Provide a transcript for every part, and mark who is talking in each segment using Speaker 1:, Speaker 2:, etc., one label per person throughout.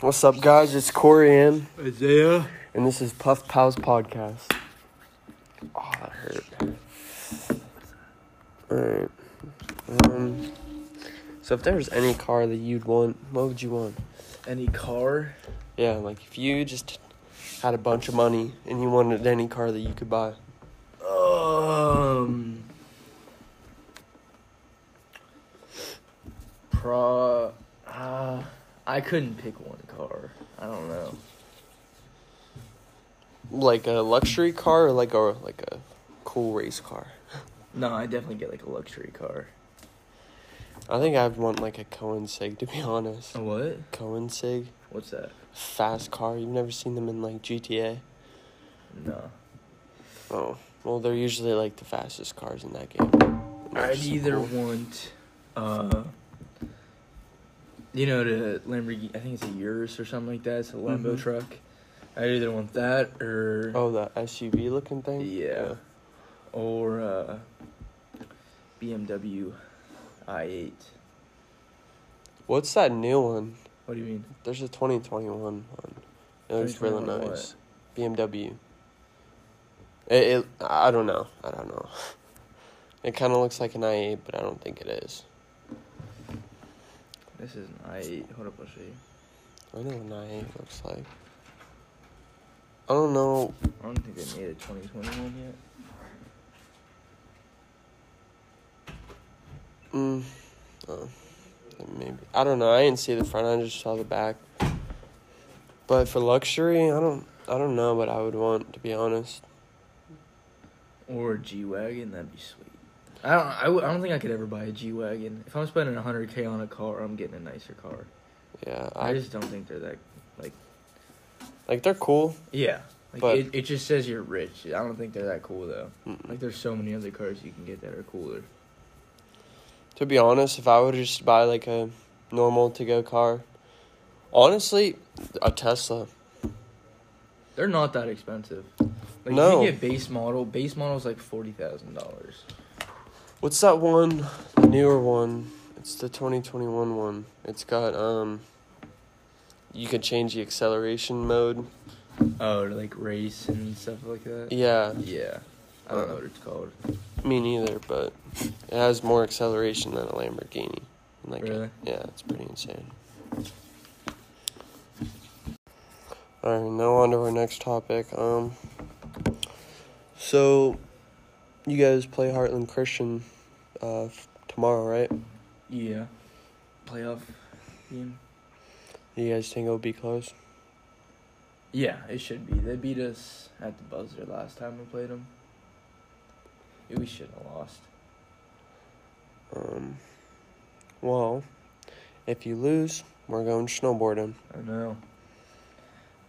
Speaker 1: What's up, guys? It's Corey Ann,
Speaker 2: Isaiah.
Speaker 1: and this is Puff Pals Podcast. Oh, that hurt. Alright. Um, so, if there was any car that you'd want, what would you want?
Speaker 2: Any car?
Speaker 1: Yeah, like if you just had a bunch of money and you wanted any car that you could buy.
Speaker 2: Um. Pro. Uh, I couldn't pick one car. I don't know.
Speaker 1: Like a luxury car or like a, like a cool race car?
Speaker 2: No, I definitely get like a luxury car.
Speaker 1: I think I'd want like a Cohen Sig, to be honest.
Speaker 2: what?
Speaker 1: Cohen Sig?
Speaker 2: What's that?
Speaker 1: Fast car. You've never seen them in like GTA?
Speaker 2: No.
Speaker 1: Oh, well, they're usually like the fastest cars in that game. They're
Speaker 2: I'd
Speaker 1: just
Speaker 2: either
Speaker 1: cool.
Speaker 2: want, uh, you know, the Lamborghini. I think it's a Urus or something like that. It's a Lambo
Speaker 1: Mhm.
Speaker 2: truck. I'd either want that or
Speaker 1: Oh, that SUV looking thing.
Speaker 2: Yeah. or uh, BMW i8.
Speaker 1: What's that new one?
Speaker 2: What do you mean?
Speaker 1: There's a 2021 one. It looks really
Speaker 2: 2021
Speaker 1: nice. BMW. It, it. I don't know. I don't know. It kind of looks like an i8, but I don't think it is.
Speaker 2: This is an i8. Hold up, I'll show you.
Speaker 1: I know what an i8 looks like. I don't know.
Speaker 2: I don't think they made a 2021 yet.
Speaker 1: Mm, oh, maybe I don't know. I didn't see the front. I just saw the back. But for luxury, I don't. I don't know what I would want to be honest.
Speaker 2: Or a G wagon. That'd be sweet. I don't. I, w- I don't think I could ever buy a G wagon. If I'm spending 100k on a car, I'm getting a nicer car.
Speaker 1: Yeah,
Speaker 2: I
Speaker 1: I
Speaker 2: just don't think they're that
Speaker 1: like they're cool.
Speaker 2: Yeah. Like
Speaker 1: But-
Speaker 2: it, it just says you're rich. I don't think they're that cool though. Like
Speaker 1: Mm.
Speaker 2: there's so many other cars you can get that are cooler.
Speaker 1: To be honest, if I would just buy like a normal to go car, honestly, a Tesla.
Speaker 2: They're not that expensive. Like
Speaker 1: No.
Speaker 2: you can get base model. Base model's like forty thousand dollars.
Speaker 1: What's that one? The newer one. It's the twenty twenty one one. It's got um. You can change the acceleration mode.
Speaker 2: Oh, to like race and stuff like that.
Speaker 1: Yeah,
Speaker 2: Yeah. I don't
Speaker 1: Uh.
Speaker 2: know what it's called.
Speaker 1: Me neither, but it has more acceleration than a Lamborghini. Like,
Speaker 2: Really?
Speaker 1: yeah, it's pretty insane. All right, now on to our next topic. Um, so you guys play Heartland Christian uh, f- tomorrow, right?
Speaker 2: Yeah. Playoff game.
Speaker 1: You guys think it'll be close?
Speaker 2: Yeah, it should be. They beat us at the buzzer last time we played them. Yeah, we should have lost.
Speaker 1: Um, well, if you lose, we're going snowboarding.
Speaker 2: I know.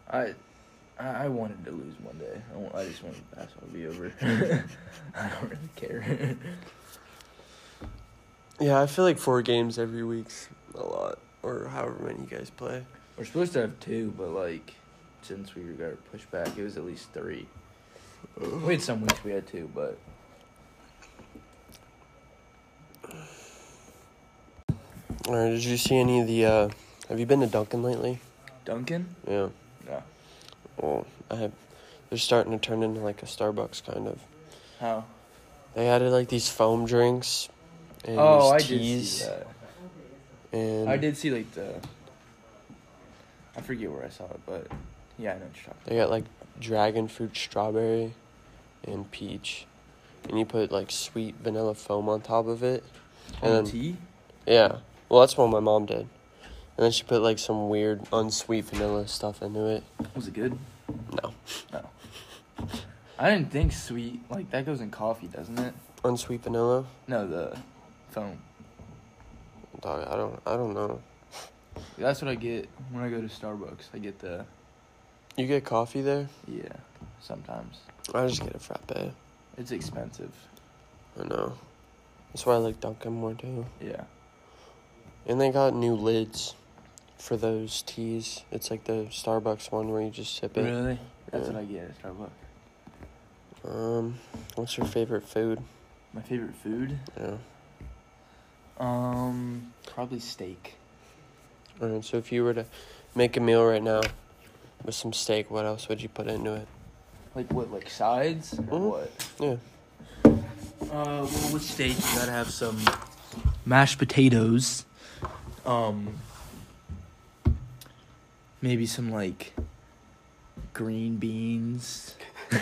Speaker 2: I I I wanted to lose one day. I, want, I just wanted basketball to be over. I don't really care.
Speaker 1: Yeah, I feel like four games every week's a lot, or however many you guys play.
Speaker 2: We're supposed to have two, but like since we got pushed back, it was at least three. We had some weeks we had two, but
Speaker 1: All right, did you see any of the? Uh, have you been to Duncan lately?
Speaker 2: Duncan.
Speaker 1: Yeah.
Speaker 2: No.
Speaker 1: Well, I have. They're starting to turn into like a Starbucks kind of.
Speaker 2: How?
Speaker 1: They added like these foam drinks. And
Speaker 2: oh, I
Speaker 1: these
Speaker 2: did
Speaker 1: teas
Speaker 2: see that.
Speaker 1: And
Speaker 2: I did see like the. I forget where I saw it, but yeah, I know what you're talking.
Speaker 1: They got like dragon fruit, strawberry, and peach, and you put like sweet vanilla foam on top of it.
Speaker 2: about.
Speaker 1: And
Speaker 2: On
Speaker 1: then-
Speaker 2: tea?
Speaker 1: Yeah. Well, that's what my mom did. And then she put like some weird unsweet vanilla stuff into it.
Speaker 2: Was it good?
Speaker 1: No.
Speaker 2: No. I didn't think sweet like that goes in coffee, doesn't it?
Speaker 1: Unsweet vanilla.
Speaker 2: No, the foam.
Speaker 1: Dog, I don't. I don't know.
Speaker 2: That's what I get when I go to Starbucks. I get the
Speaker 1: You get coffee there?
Speaker 2: yeah. Sometimes
Speaker 1: I just get a frappe.
Speaker 2: it's expensive.
Speaker 1: I know. That's why I like Dunkin' more too.
Speaker 2: Yeah.
Speaker 1: And they got new lids for those teas. It's like the Starbucks one where you just sip it.
Speaker 2: Really? That's
Speaker 1: Yeah.
Speaker 2: what I get at Starbucks.
Speaker 1: Um, what's your favorite food?
Speaker 2: My favorite food?
Speaker 1: Yeah.
Speaker 2: Um, probably steak.
Speaker 1: All right. So if you were to Make a meal right now with some steak. What else would you put into it?
Speaker 2: Like what? Like sides? Or
Speaker 1: Mhm.
Speaker 2: What?
Speaker 1: Yeah.
Speaker 2: Uh, well, with steak, you gotta have some mashed potatoes. Um, maybe some like green beans.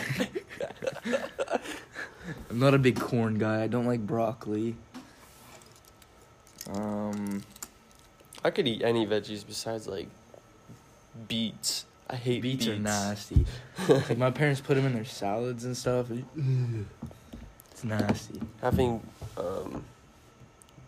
Speaker 2: I'm not a big corn guy. I don't like broccoli. Um,
Speaker 1: I could eat any veggies besides like beets. I hate
Speaker 2: beets are nasty. like my parents put them in their salads and stuff. It's nasty.
Speaker 1: Having um,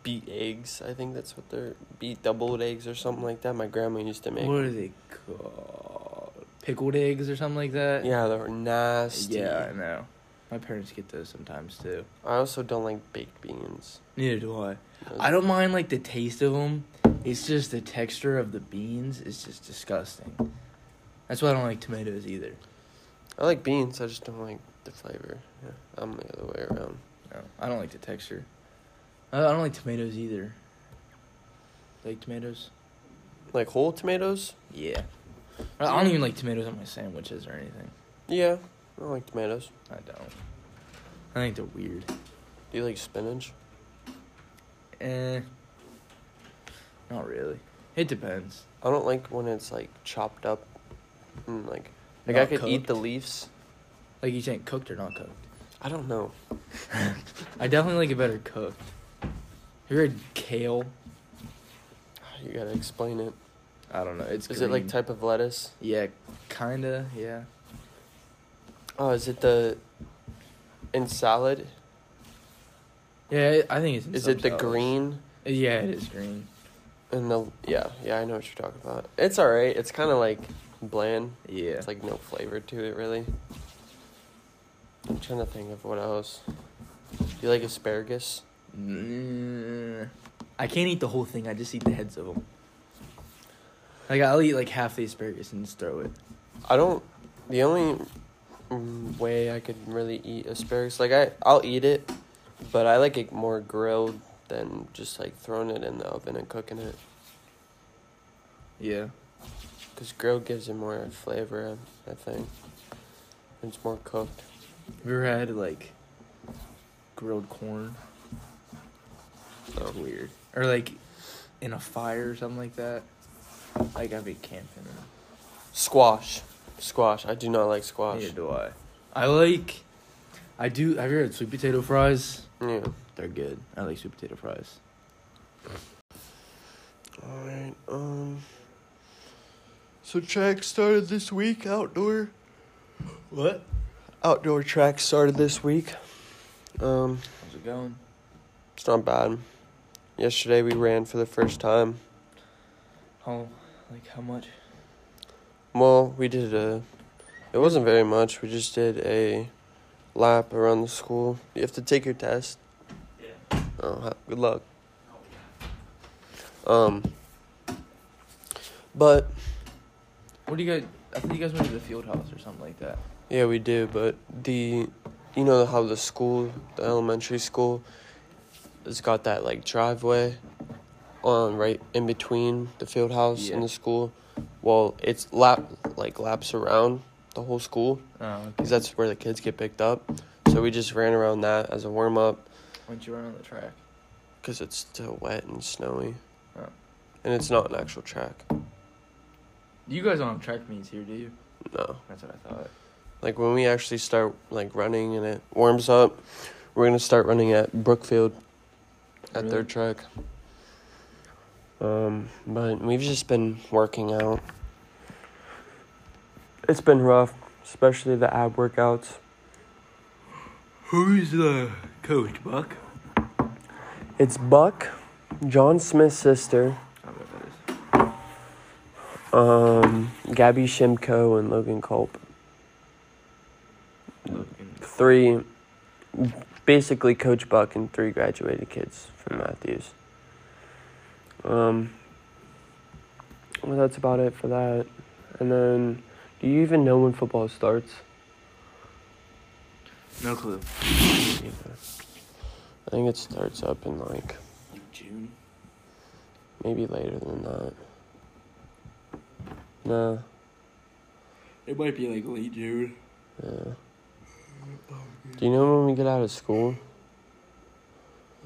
Speaker 1: beet eggs. I think that's what they're beet doubled eggs or something like that. My grandma used to make.
Speaker 2: What are they called? Pickled eggs or something like that?
Speaker 1: Yeah, they were nasty.
Speaker 2: Yeah, I know. My parents get those sometimes too.
Speaker 1: I also don't like baked beans.
Speaker 2: Neither do I. I don't mind like the taste of them. It's just the texture of the beans is just disgusting. That's why I don't like tomatoes either.
Speaker 1: I like beans. I just don't like the flavor. Yeah, I'm the other way around.
Speaker 2: No, I don't like the texture. I I don't like tomatoes either. Like tomatoes?
Speaker 1: Like whole tomatoes?
Speaker 2: Yeah. I I don't even like tomatoes on my sandwiches or anything.
Speaker 1: Yeah, I like tomatoes.
Speaker 2: I don't. I think they're weird.
Speaker 1: Do you like spinach?
Speaker 2: Eh. Not really. It depends.
Speaker 1: I don't like when it's like chopped up, and like like I
Speaker 2: Not
Speaker 1: could eat
Speaker 2: cooked?
Speaker 1: the leaves.
Speaker 2: Like you saying cooked or not cooked?
Speaker 1: I don't know.
Speaker 2: I definitely like it better cooked. Have you had kale?
Speaker 1: You gotta explain it.
Speaker 2: I don't know. It's
Speaker 1: Is it like
Speaker 2: green.
Speaker 1: type of lettuce?
Speaker 2: yeah, kinda yeah.
Speaker 1: Oh, is it the in salad?
Speaker 2: Yeah, it- I think it's. in
Speaker 1: Is
Speaker 2: some
Speaker 1: it the
Speaker 2: salads.
Speaker 1: green
Speaker 2: Yeah, it is green.
Speaker 1: and the yeah yeah? I know what you're talking about. It's all right. It's kind of like bland.
Speaker 2: Yeah.
Speaker 1: It's like no flavor to it really. I'm trying to think of what else. Do you like asparagus?
Speaker 2: Mm, I can't eat the whole thing. I just eat the heads of them. Like I'll eat like half the asparagus and just throw it.
Speaker 1: I don't. The only mm, way I could really eat asparagus, like I, I'll eat it, but I like it more grilled than just like throwing it in the oven and cooking it.
Speaker 2: Yeah.
Speaker 1: Cause grilled gives it more flavor, I I think. It's more cooked.
Speaker 2: Have you ever had like grilled corn?
Speaker 1: No.
Speaker 2: That's weird. Or like in a fire or something like that. Like I've been camping. And
Speaker 1: Squash, squash. I do not like squash.
Speaker 2: Neither do I. I like. I do. Have you heard sweet potato fries?
Speaker 1: Yeah.
Speaker 2: They're good. I like sweet potato fries.
Speaker 1: All right. Um. So track started this week. Outdoor.
Speaker 2: What?
Speaker 1: Outdoor track started this week. Um.
Speaker 2: How's it going?
Speaker 1: It's not bad. Yesterday we ran for the first time.
Speaker 2: How, like how much?
Speaker 1: Well, we did a. It wasn't very much. We just did a lap around the school. You have to take your test. Yeah. Oh, ha- good luck. Um. But
Speaker 2: What do you guys? I think you guys went to the field house or something like that.
Speaker 1: yeah, we do. But the, you know how the school, the elementary school, has got that like driveway, on right in between the field house
Speaker 2: Yeah.
Speaker 1: and the school. Well, it's lap like laps around the whole school.
Speaker 2: Oh.
Speaker 1: because that's where the kids get picked up. So we just ran around that as a warm up
Speaker 2: When'd you run on the track?
Speaker 1: because it's still wet and snowy,
Speaker 2: Oh.
Speaker 1: and it's not an actual track.
Speaker 2: You guys don't have track meets here, do you?
Speaker 1: No,
Speaker 2: That's what I thought.
Speaker 1: like when we actually start like running and it warms up, we're gonna start running at Brookfield at their
Speaker 2: Really?
Speaker 1: track. Um, but we've just been working out. It's been rough, especially the ab workouts.
Speaker 2: Who's the coach, Buck?
Speaker 1: It's Buck, John Smith's sister,
Speaker 2: I don't know what that is.
Speaker 1: Um, Gabby Shimko and Logan Culp.
Speaker 2: Logan.
Speaker 1: Three, basically Coach Buck and three graduated kids from Matthews. Um, well, that's about it for that. And then, do you even know when football starts?
Speaker 2: No clue.
Speaker 1: I think it starts up in like
Speaker 2: June.
Speaker 1: maybe later than that. No.
Speaker 2: It might be like late June.
Speaker 1: Yeah. Do you know when we get out of school?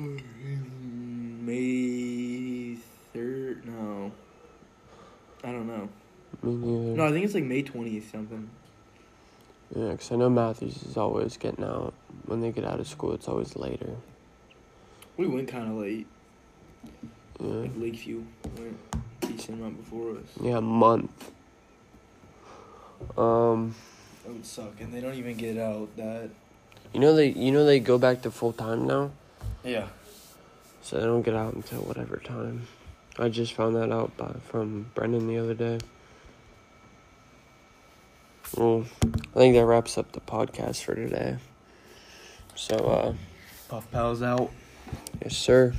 Speaker 2: Mm, May third? No, I don't know.
Speaker 1: Me neither.
Speaker 2: No, I think it's like May twentieth something.
Speaker 1: Yeah, 'cause I know Matthews is always getting out. When they get out of school, it's always later.
Speaker 2: We went kind of late.
Speaker 1: Yeah.
Speaker 2: Like Lakeview went a decent amount before us.
Speaker 1: Yeah, month. Um,
Speaker 2: That would suck, and they don't even get out that.
Speaker 1: you know they you know they go back to full time now,
Speaker 2: Yeah.
Speaker 1: so they don't get out until whatever time. I just found that out by, from Brendan the other day. Well, I think that wraps up the podcast for today. So, uh,
Speaker 2: Puff Pal's out.
Speaker 1: yes, sir.